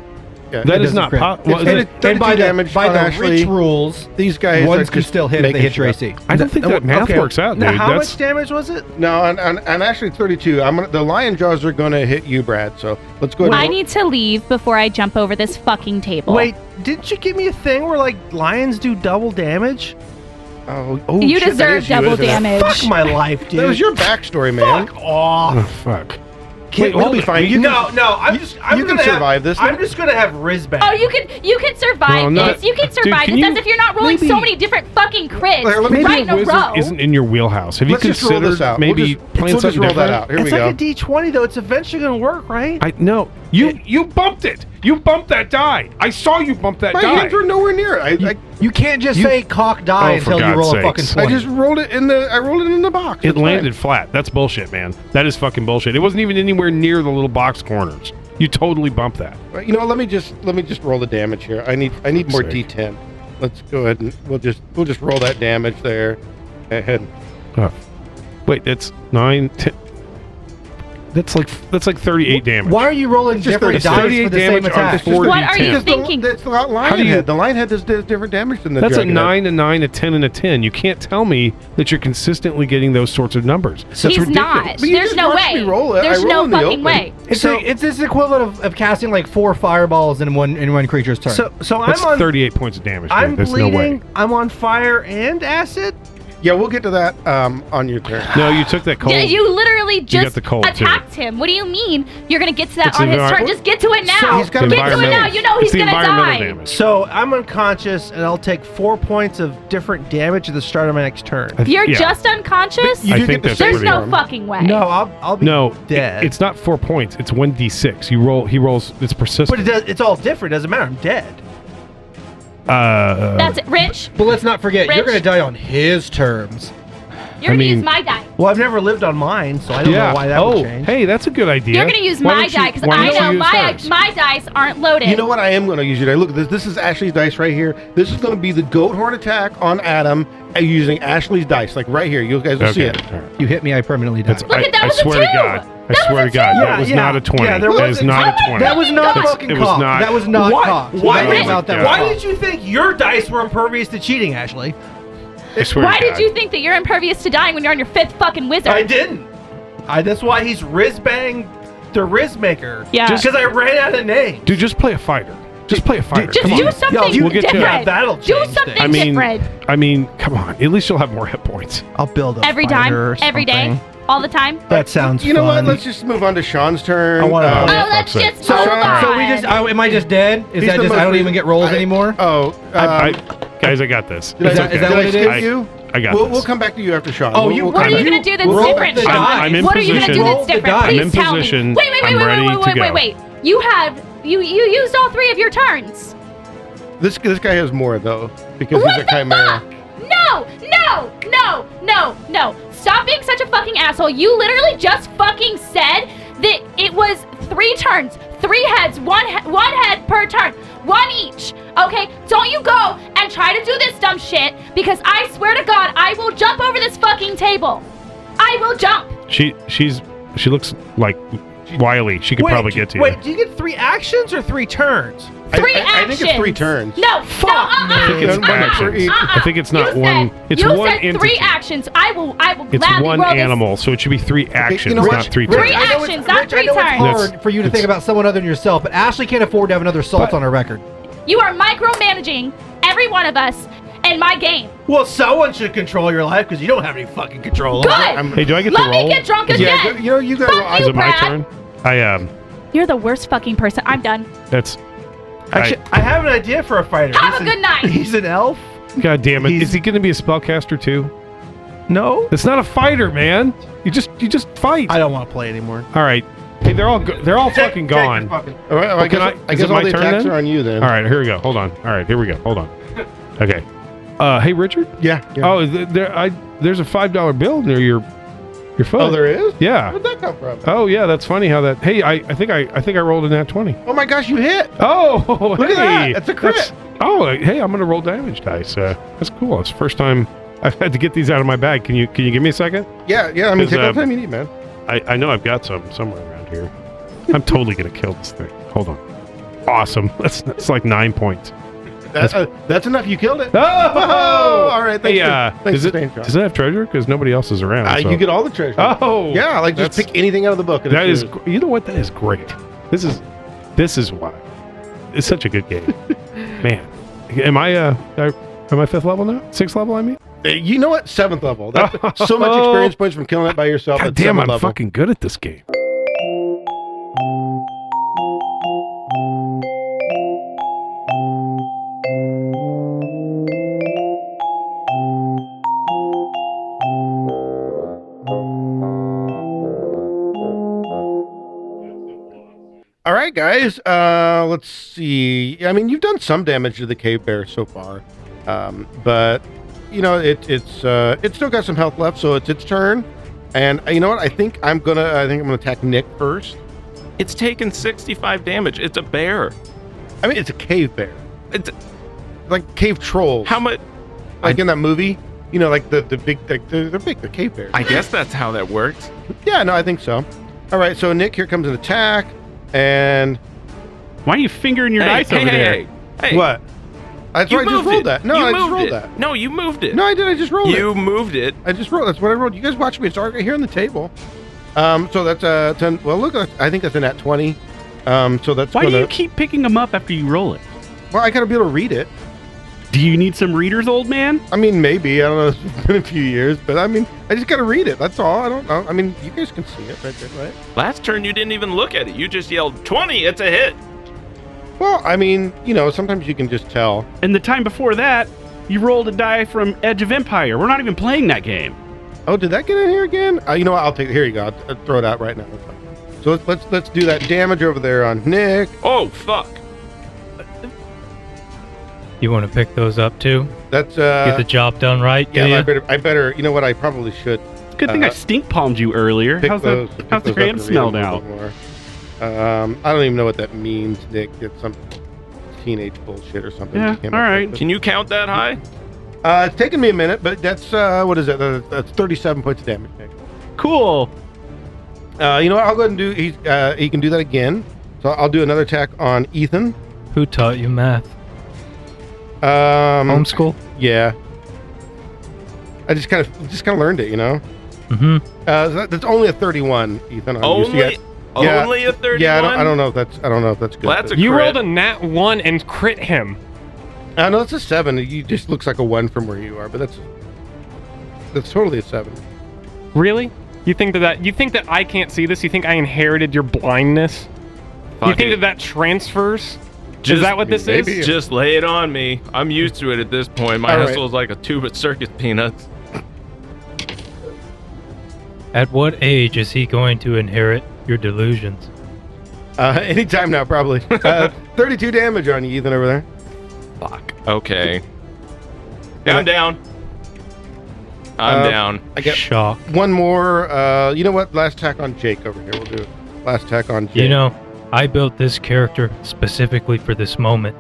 S1: Yeah.
S3: That is
S4: doesn't
S3: not.
S4: crit.
S3: Po- well,
S1: It's-
S3: that-
S1: it-
S4: and by
S1: 32
S4: the,
S1: damage
S4: by
S1: on
S4: the
S1: actually-
S4: rich rules,
S1: These guys are
S4: ones can
S1: just
S4: still hit if they
S1: making
S4: hit your
S1: shit up.
S4: AC.
S3: I don't think that math works out,
S11: Now,
S3: dude.
S11: how
S3: That's
S11: much damage was it?
S1: No, and, and, and actually it's 32. I'm gonna, the lion jaws are going to hit you, Brad. So let's go. ahead
S5: I
S1: and roll-
S5: need to leave before I jump over this fucking table.
S11: Wait, didn't you give me a thing where like lions do double damage?
S1: Oh, oh,
S5: you
S1: shit, that
S5: deserve
S1: is you,
S5: double
S1: isn't it?
S5: damage.
S11: Fuck my life, dude.
S1: That was your backstory, man.
S11: off.
S3: oh, fuck.
S1: Wait, we'll be fine. You
S11: no,
S1: can-
S11: no, I'm
S1: you-
S11: just. I'm
S1: you can
S11: gonna have-
S1: survive this.
S11: I'm just gonna have Riz back.
S5: Oh, you can you can
S3: No,
S5: survive
S3: no.
S5: this. You can
S3: Dude,
S5: survive
S3: can
S5: this
S3: you-
S5: as if you're not rolling so
S3: maybe-
S5: many different fucking crits
S1: There, let me-
S5: right
S3: Maybe
S5: in
S3: a
S5: a
S3: wizard
S11: Oh.
S5: row.
S3: isn't in your wheelhouse. Have you
S1: Let's just roll
S3: considered
S1: this out. We'll
S3: maybe
S1: just-
S3: playing
S1: we'll just
S3: something
S1: roll that
S3: different?
S1: out. Here
S11: it's
S1: we
S11: like
S1: go.
S11: a D20 though. It's eventually gonna work, right?
S3: I no. You you bumped it. You bumped that die. I saw you bump that
S1: My
S3: die.
S1: hands were nowhere near it. I,
S4: You can't just
S3: You-
S4: say cock die
S3: Oh, for
S4: until you
S3: God's
S4: roll a
S3: sakes.
S4: fucking
S1: I, I
S4: twenty.
S1: just rolled it in the. I rolled it in the box.
S3: It
S1: It's fine.
S3: landed flat. That's bullshit, man. That is fucking bullshit. It wasn't even anywhere near the little box corners. You totally bumped that.
S1: Right, You know, let me just let me just roll the damage here. I need I need more
S3: Sick.
S1: D10. Let's go ahead and we'll just we'll just roll that damage there. Ahead.
S3: Oh. Wait, that's nine, ten. That's like that's like thirty-eight damage.
S4: Why are you rolling
S1: just
S4: different
S1: it's
S4: dice
S3: 38
S4: for the same
S3: damage on
S4: attack?
S3: four
S5: What are you
S3: D10.
S1: Because the,
S5: thinking?
S1: that's the lion
S3: do you-
S1: head. The lion head does, does different damage than the
S3: That's a
S1: dragon head.
S3: nine, a nine, a ten, and a ten. You can't tell me that you're consistently getting those sorts of numbers. So
S5: He's not.
S1: But you
S5: There's
S1: just
S5: no
S1: watched
S5: way.
S1: me roll it. Uh, I
S5: There's
S1: roll
S5: no
S1: in the
S5: fucking
S1: open.
S5: way.
S4: It's so, it's this equivalent of, of casting like four fireballs in one in one creature's turn.
S11: So, so
S3: That's
S11: I'm on.
S3: thirty-eight points of damage. dude.
S11: I'm
S3: There's
S11: bleeding.
S3: no way.
S11: I'm on fire and acid.
S1: Yeah, we'll get to that um, on your turn.
S3: No, you took that cold.
S5: Yeah, you literally just
S3: the cold, too.
S5: attacked him. What do you mean? You're gonna get to that
S3: It's
S5: on his
S3: envir-
S5: turn. Just get to it now.
S1: he's got
S5: get to it
S3: environmental-
S5: now. You know he's
S3: it's the
S5: gonna
S3: environmental
S5: die.
S3: damage.
S11: So I'm unconscious, and I'll take four points of different damage at the start of my next turn.
S3: I th-
S5: You're
S3: yeah.
S5: just unconscious.
S1: You
S3: I
S1: do get
S3: think
S1: the
S3: that's
S5: There's
S3: pretty
S5: no
S3: good.
S5: fucking way.
S11: no, I'll, I'll be
S3: No, it-
S11: dead.
S3: it's not four points. It's one d6. You roll. He rolls. It's
S11: but
S3: persistent.
S11: it does. It's all different. Doesn't matter. I'm dead.
S3: uh,
S5: That's it, Rich.
S4: but let's not forget, you're
S5: Rich.
S4: going to die on his terms.
S5: You're gonna
S3: mean-
S5: use my die.
S11: Well, I've never lived on mine, so I don't
S3: yeah.
S11: know why that
S3: oh,
S11: would change.
S3: hey, that's a good idea.
S5: You're gonna use
S3: Why
S5: my
S3: don't you-
S5: die because
S3: why
S5: I
S3: don't
S5: know
S3: you use
S5: my
S3: hers?
S5: my dice aren't loaded.
S1: You know what? I am going to use your die. Look, this this is Ashley's dice right here. This is going to be the goat horn attack on Adam uh, using Ashley's dice, like right here. You guys will see
S3: Okay.
S1: it.
S3: all right.
S4: You hit me, I permanently die.
S3: That's,
S5: Look at that,
S3: I,
S5: was
S3: I
S5: a
S3: swear to
S5: two!
S3: God. I
S5: That
S3: swear
S5: was
S3: to
S5: a
S3: God.
S5: two!
S3: That was
S11: Yeah,
S3: not a
S11: yeah.
S3: 20.
S11: Yeah, there
S3: that
S11: was-
S3: is not
S5: Oh my
S3: a 20.
S5: God.
S4: That was not
S5: That's-
S4: fucking
S3: it was
S4: cocked.
S3: not-
S4: That was not
S11: Why-
S4: cocked.
S11: why
S4: That was
S5: did-
S4: not that
S3: why
S4: cocked.
S11: Why did you think your dice were impervious to cheating, Ashley?
S3: I swear
S5: Why
S3: to
S5: did
S3: God.
S5: you think that you're impervious to dying when you're on your fifth fucking wizard?
S11: I didn't. I. That's why he's Riz Bang, the Riz Maker.
S5: Yeah.
S11: Just because I ran out of names.
S3: Dude, just play a fighter. Just play a fighter.
S5: Just
S3: Come on.
S5: do something different. do something
S3: I mean,
S5: different.
S3: I mean, come on. At least you'll have more hit points.
S11: I'll build
S5: Every time, every day, all the time.
S11: That sounds.
S1: You know what?
S11: fun.
S1: Let's just move on to Sean's turn. I
S11: wanna-
S5: Oh, let's just
S4: So,
S5: move on.
S4: so we just, oh, am I just dead? Is
S1: He's
S4: that
S1: the
S4: just,
S1: most
S4: I don't
S1: re-
S4: even get rolls
S1: I-
S4: anymore?
S1: Oh,
S3: I,
S1: um,
S3: I, guys, I got this.
S1: Did I-
S3: It's
S1: did I skip
S3: I,
S1: you?
S3: I got
S1: we'll,
S3: this.
S1: we'll come back to you after Sean.
S4: Oh,
S1: We'll-
S4: you-
S1: we'll
S4: What
S5: What
S1: come
S5: are you
S1: back.
S5: going to do that's
S4: Roll the
S5: different,
S4: dice.
S5: Sean?
S3: I'm in
S5: what are you going to
S3: position.
S5: do
S4: Roll
S5: that's
S4: the
S5: different?
S4: dice.
S5: Please
S3: I'm in
S5: tell
S3: position.
S5: me. Wait, wait, wait,
S3: I'm
S5: wait,
S3: ready
S5: wait,
S3: to
S5: wait, wait,
S3: go.
S5: wait, wait. You have you you used all three of your turns.
S1: This this guy has more though because
S5: What
S1: he's a
S5: the
S1: chimera.
S5: No, no, no, no, no. Stop being such a fucking asshole. You literally just fucking said that it was three turns, three heads, one he- one head per turn, one each. Okay? Don't you go and try to do this dumb shit because I swear to God, I will jump over this fucking table. I will jump.
S3: She she's she looks like Wiley. She could
S11: Wait,
S3: probably
S11: do-
S3: get to
S11: Wait,
S3: you.
S11: do you get three actions or three turns?
S1: I-
S5: Three
S1: I, I think it's three
S5: actions.
S1: turns.
S5: No, no, uh-uh.
S3: I think it's
S1: Uh-uh.
S3: actions.
S5: Uh-uh.
S3: I think it's
S5: You
S3: not
S5: said-
S3: one. It's
S5: you
S3: one
S5: said
S3: entity.
S5: three actions. I will. I will
S3: It's
S5: gladly
S3: one
S5: roll this-
S3: animal, so it should be three actions,
S1: know
S3: not
S1: what?
S3: three.
S5: Three
S3: turns.
S4: I know it's-
S5: actions, not
S4: Rich, I
S5: three
S4: know it's
S5: turns.
S4: hard
S3: That's-
S4: for you to think
S3: it's-
S4: about someone other than yourself, but Ashley can't afford to have another assault on her record.
S5: You are micromanaging every one of us and my game.
S11: Well, someone should control your life because you don't have any fucking control.
S5: Good.
S3: Hey, do I get
S5: Let
S3: the
S5: me
S3: roll?
S5: get drunk again.
S1: Yeah, go- you know you got.
S5: Fuck
S1: I-
S5: you.
S3: Is it my
S5: Brad.
S3: turn? I um.
S5: You're the worst fucking person. I'm done.
S3: That's.
S11: Actually, I have an idea for a fighter.
S5: Have a
S11: He's an-
S5: good night.
S11: [laughs] He's an elf.
S3: I, God damn it!
S11: He's-
S3: Is he going to be a spellcaster too?
S11: No,
S3: It's not a fighter, man. You just you just fight.
S11: I don't want to play anymore.
S3: all right. Hey, they're all go- they're all fucking gone. All
S1: All right, well, I
S3: Well, can
S1: guess,
S3: I-
S1: I, guess
S3: is it
S1: all
S3: my
S1: the
S3: turn
S1: attacks
S3: then?
S1: are on you then.
S3: right, here we go. Hold on. All right, here we go. Hold on. Okay. Uh, hey Richard.
S1: Yeah. yeah.
S3: Oh, th- there I there's a five dollar bill near your your phone.
S1: Oh, there is.
S3: Yeah.
S1: Where'd that come from?
S3: Oh yeah, that's funny how that. Hey, I, I think I I think I rolled a nat twenty.
S1: Oh my gosh, you hit!
S3: Oh,
S1: Look at that.
S3: hey,
S1: That's a crit.
S3: oh, hey, I'm gonna roll damage dice. Uh, that's cool. It's the first time [laughs] I've had to get these out of my bag. Can you can you give me a second?
S1: Yeah, yeah. I mean,
S3: Because,
S1: take all
S3: um,
S1: the time you need, man.
S3: I I know I've got some somewhere around here. I'm totally gonna kill this thing. Hold on. Awesome. [laughs] That's that's like nine points.
S1: That's uh, that's enough. You killed it.
S3: Oh,
S1: all right, thanks
S3: Hey,
S1: for-
S3: uh,
S1: thanks
S3: does
S1: for
S3: it
S1: staying, Sean.
S3: does it have treasure? Because nobody else is around.
S1: Uh,
S3: so-
S1: You get all the treasure.
S3: Oh
S1: yeah, like just
S3: that's-
S1: pick anything out of the book. and
S3: That
S1: it's
S3: is,
S1: yours.
S3: gr- you know what? That is great. This is, this is why it's such a good game,
S1: [laughs]
S3: man. Am I uh, I- am I fifth level now? Sixth level, I mean.
S1: Uh, You know what? Seventh level. That's
S3: [laughs]
S1: so much experience points from killing it by yourself.
S3: God
S1: at
S3: damn,
S1: seventh
S3: I'm
S1: level.
S3: fucking good at this game.
S1: All right, guys. Uh, let's see. I mean, you've done some damage to the cave bear so far, um, but you know it, it's uh, it's still got some health left, so it's its turn. And uh, you know what? I think I'm gonna I think I'm gonna attack Nick first.
S7: It's taken 65 damage. It's a bear.
S1: I mean, it's a cave bear,
S7: It's
S1: like cave trolls,
S7: how much?
S1: like in that movie. You know, like the the big like they're, they're big, the cave bears.
S7: I guess that's how that works.
S1: yeah, no, I think so. All right, so Nick, here comes an attack, and
S8: Why are you fingering your
S7: hey,
S8: dice
S7: hey,
S8: over
S7: hey,
S8: there?
S7: hey, hey.
S1: what? That's
S7: You
S1: right. I just
S7: moved
S1: rolled
S7: it.
S1: that. No,
S7: you
S1: I
S7: moved
S1: just rolled
S7: it.
S1: that.
S7: No, you moved it.
S1: No, I did. I just rolled it.
S7: you moved it.
S1: I just rolled. That's what I rolled. You guys watch me. It's already here on the table. Um, so that's a ten. Well, look, that's- I think that's an at twenty. Um, so that's
S8: Why
S1: gonna,
S8: do you keep picking them up after you roll it?
S1: Well, I gotta be able to read it.
S8: Do you need some readers, old man?
S1: I mean, maybe I don't know. [laughs] It's been a few years, but I mean, I just gotta read it. That's all. I don't know. I mean, you guys can see it right there, right?
S7: Last turn, you didn't even look at it. You just yelled, 20, it's a hit.
S1: Well, I mean, you know, sometimes you can just tell.
S8: And the time before that, you rolled a die from Edge of Empire. We're not even playing that game.
S1: Oh, did that get in here again? Uh, you know what? I'll take. Here you go. I'll, I'll throw it out right now. That's fine. So let's, let's let's do that damage over there on Nick.
S7: Oh, fuck.
S9: You want to pick those up too?
S1: That's
S9: Get
S1: uh.
S9: the job done right.
S1: yeah,
S9: do
S1: I
S9: ya?
S1: better. I better. You know what? I probably should
S8: Good thing I
S1: Uh,
S8: stink palmed you earlier.
S1: pick
S8: How's
S1: those.
S8: the
S1: pick
S8: how's the
S1: those up
S8: hand
S1: and read
S8: smell
S1: them a
S8: now?
S1: little more. Um, I don't even know what that means, Nick. It's some teenage bullshit or something.
S8: Yeah,
S1: He came
S8: all
S1: up
S8: right.
S1: with it.
S7: Can you count that high?
S1: Uh, it's taken me a minute, but that's uh, what is it? Uh, That's 37 points of damage. Nick.
S8: Cool.
S1: Uh, you know what? I'll go ahead and do. He uh, he can do that again. So I'll do another attack on Ethan.
S9: Who taught you math?
S1: Um,
S9: Homeschool.
S1: Yeah. I just kind of just kind of learned it, you know.
S9: Mm-hmm.
S1: Uh, so that- that's only a 31, Ethan. on you. So you
S7: Only
S1: got-
S10: Only a 31?
S1: Yeah, I don't, I don't know if that's I don't know if that's good.
S10: Well, that's a
S1: you
S10: You rolled
S1: rolled a
S10: nat one and crit him.
S1: I know it's a seven. You just looks like a one from where you are, but that's that's totally a seven.
S10: Really? You think that, that you think that I can't see this? You think I inherited your blindness? you
S7: Fuck
S10: think
S7: it.
S10: that that transfers? is that what this is?
S7: Just lay it on me. I'm used to it at this point. My
S10: All right.
S7: hustle is like a tube of circus peanuts.
S9: At what age is he going to inherit your delusions?
S1: Uh, [laughs] anytime now,
S9: [laughs]
S1: probably. Uh, Thirty-two damage on you, Ethan, over there.
S7: Okay. I'm down. I'm
S1: Uh,
S7: down.
S1: I get
S9: Shock.
S1: One more. Uh, you know what? Last attack on Jake over here. We'll do it. Last attack on Jake.
S9: You know, I built this character specifically for this moment.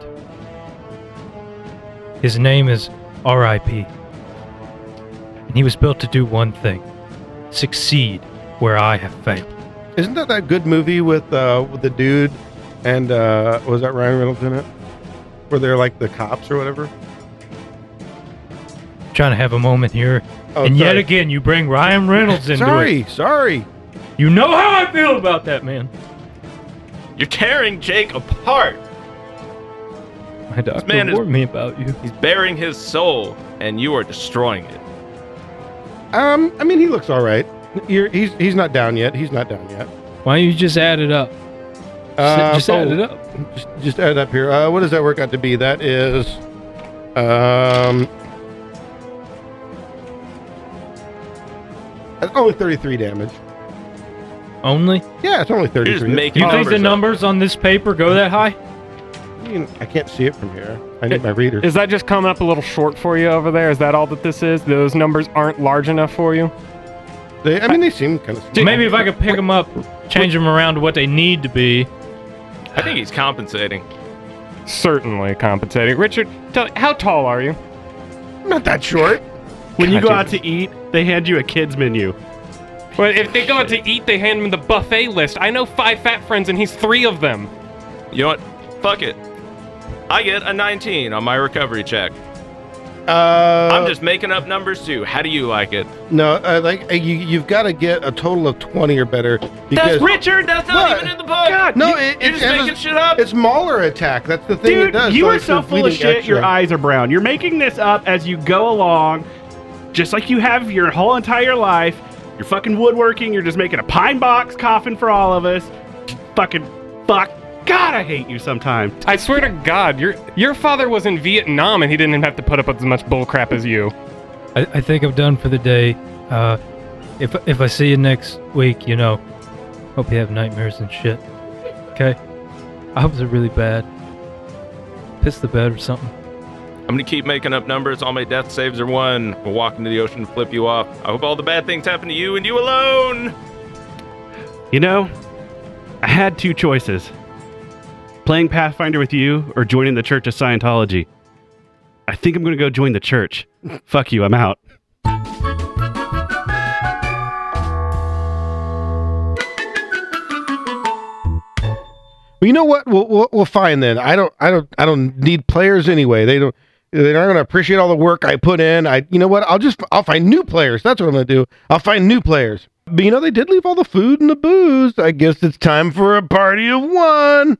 S9: His name is R.I.P. And he was built to do one thing succeed where I have failed.
S1: Isn't that that good movie with uh, with the dude and uh, was that Ryan Reynolds in it? Where they're like the cops or whatever.
S9: Trying to have a moment here.
S1: Oh,
S9: and yet
S1: sorry.
S9: again, you bring Ryan Reynolds into
S1: sorry,
S9: it.
S1: sorry.
S9: You know how I feel about that, man.
S7: You're tearing Jake apart.
S9: My doctor
S7: man is-
S9: warned me about you.
S7: He's bearing his soul, and you are destroying it.
S1: Um, I mean, he looks all right. You're, he's he's not down yet. He's not down yet.
S9: Why don't you just add it up?
S1: Uh,
S9: just add it
S1: up. Just, just add it up here. Uh, what does that work out to be? That is, um, that's only thirty-three damage.
S9: Only?
S1: Yeah, it's only thirty-three.
S9: You think the numbers on this paper go that high?
S1: I, mean, I can't see it from here. I need my reader.
S12: Is that just coming up a little short for you over there? Is that all that this is? Those numbers aren't large enough for you?
S1: They, I mean, they seem kind of.
S9: Maybe if I could pick them up, change them around to what they need to be.
S7: I think he's compensating.
S12: Certainly compensating. Richard, tell, Uh, how tall are you?
S1: Not that short.
S8: When you go
S12: Gotcha.
S8: out to eat, they hand you a kid's menu.
S10: Well, if they go out to eat, they hand him the buffet list. I know five fat friends, and he's three of them.
S7: You know what? Fuck it. I get a 19 on my recovery check.
S1: Uh,
S7: I'm just making up numbers too. How do you like it?
S1: no, uh, like uh, you, you've got to get a total of twenty or better. Because,
S7: That's Richard. That's not
S1: What?
S7: even in the book. God,
S1: No,
S7: you,
S1: it,
S7: you're
S1: it's-
S7: just
S1: it's-
S7: making shit up.
S1: It's Mauler attack. That's the thing. it
S8: Dude,
S1: does.
S8: you are
S1: it's
S8: so
S1: the
S8: full of
S1: bleeding
S8: shit. Your
S1: X-ray.
S8: eyes are brown. You're making this up as you go along, just like you have your whole entire life. You're fucking woodworking. You're just making a pine box coffin for all of us. Fucking fuck. God, I hate you sometimes.
S10: I swear to God, your your father was in Vietnam, and he didn't have to put up with as much bullcrap as you.
S9: I, I think I'm done for the day. Uh, if if I see you next week, you know, hope you have nightmares and shit. Okay, I hope they're really bad. Piss the bed or something.
S7: I'm gonna keep making up numbers. All my death saves are one. We'll walk into the ocean to flip you off. I hope all the bad things happen to you and you alone.
S8: You know, I had two choices playing Pathfinder with you or joining the Church of Scientology. I think I'm going to go join the church. [laughs] Fuck you, I'm out.
S1: Well, you know what? We'll, we'll we'll find then. I don't I don't I don't need players anyway. They don't. They're not going to appreciate all the work I put in. I, you know what? I'll just, I'll find new players. That's what I'm going to do. I'll find new players. But you know, they did leave all the food and the booze. I guess it's time for a party of one.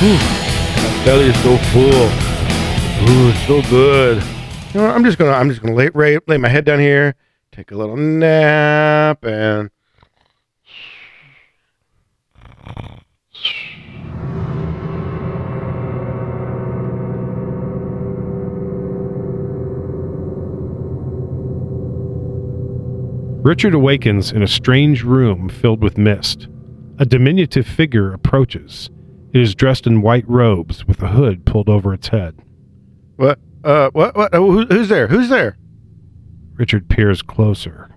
S1: Whew, my belly is so full. Ooh, it's so good. You know, I'm just gonna I'm just gonna lay, lay lay my head down here, take a little nap, and
S3: Richard awakens in a strange room filled with mist. A diminutive figure approaches. It is dressed in white robes with a hood pulled over its head.
S1: what? Uh, what? What? Oh, who, who's there? Who's there?
S3: Richard peers closer.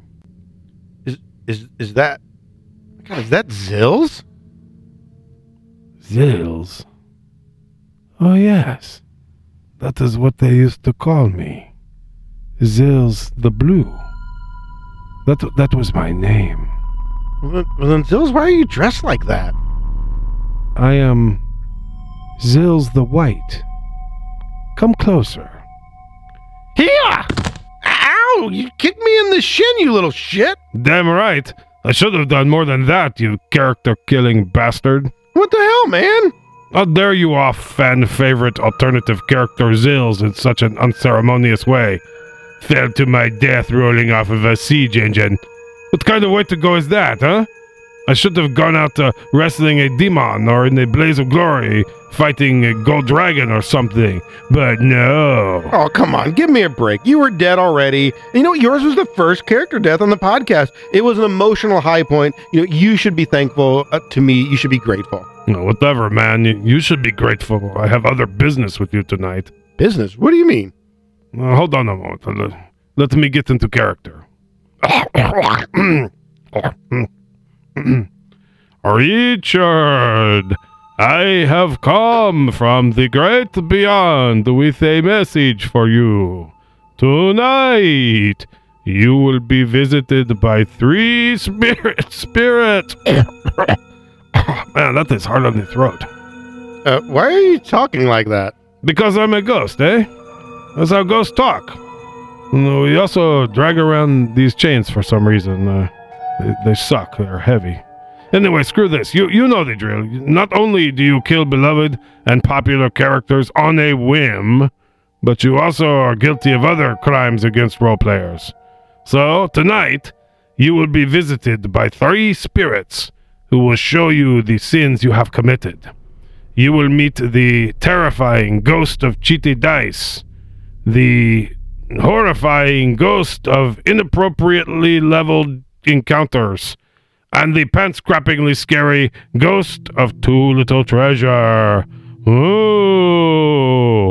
S1: Is is is that? God, is that Zills?
S13: Zills. Oh, yes. That is what they used to call me. Zills the Blue. That, that was my name.
S1: Well, then, well, then Zills, why are you dressed like that?
S3: I am Zills the White. Come closer.
S1: Here! Ow! You kicked me in the shin, you little shit!
S3: Damn right. I should have done more than that, you character killing bastard.
S1: What the hell, man?
S3: How dare you off fan favorite alternative character Zills in such an unceremonious way? Fell to my death rolling off of a siege engine. What kind of way to go is that, huh? I should have gone out uh, wrestling a demon or in a blaze of glory fighting a gold dragon or something, but no.
S1: Oh, come on, give me a break. You were dead already. And you know, what? yours was the first character death on the podcast. It was an emotional high point. You know, you should be thankful uh, to me. You should be grateful.
S3: No, whatever, man. You, you should be grateful. I have other business with you tonight.
S1: Business? What do you mean?
S3: Uh, hold on a moment. Let, let me get into character. [coughs] Richard, I have come from the great beyond with a message for you. Tonight, you will be visited by three spirit spirits. Man, that is hard on the throat.
S1: Uh, why are you talking like that?
S3: Because I'm a ghost, eh? That's how ghosts talk. And we also drag around these chains for some reason. Uh, they, they suck. They're heavy. Anyway, screw this. You you know the drill. Not only do you kill beloved and popular characters on a whim, but you also are guilty of other crimes against role players. So tonight, you will be visited by three spirits who will show you the sins you have committed. You will meet the terrifying ghost of Chite Dice, the horrifying ghost of inappropriately leveled encounters, and the pants crappingly scary ghost of Too Little Treasure. Ooh.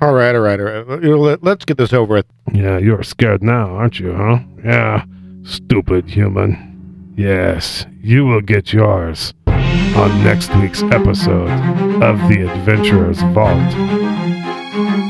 S1: All right, all right, all right. You know, let, let's get this over with.
S3: Yeah, you're scared now, aren't you, huh? Yeah, stupid human. Yes, you will get yours on next week's episode of The Adventurer's Vault.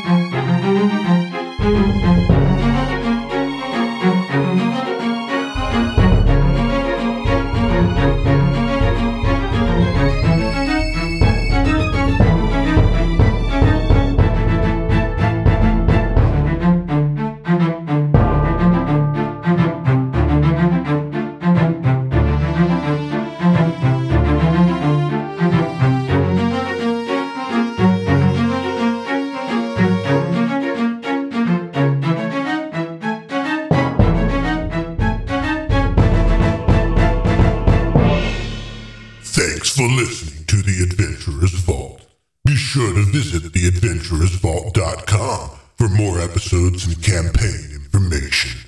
S14: Thanks for listening to The Adventurer's Vault. Be sure to visit theadventurer'svault.com for more episodes and campaign information.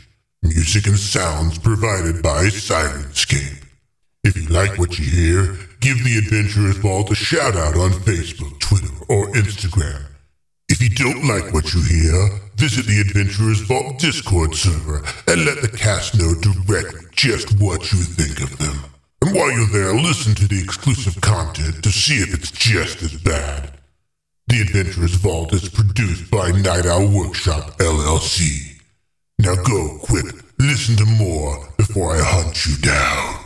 S14: Music and sounds provided by Sirenscape. If you like what you hear, give The Adventurer's Vault a shout out on Facebook, Twitter, or Instagram. If you don't like what you hear, visit the Adventurers Vault Discord server and let the cast know directly just what you think of them. And while you're there, listen to the exclusive content to see if it's just as bad. The Adventurers Vault is produced by Night Owl Workshop LLC. Now go quick, listen to more before I hunt you down.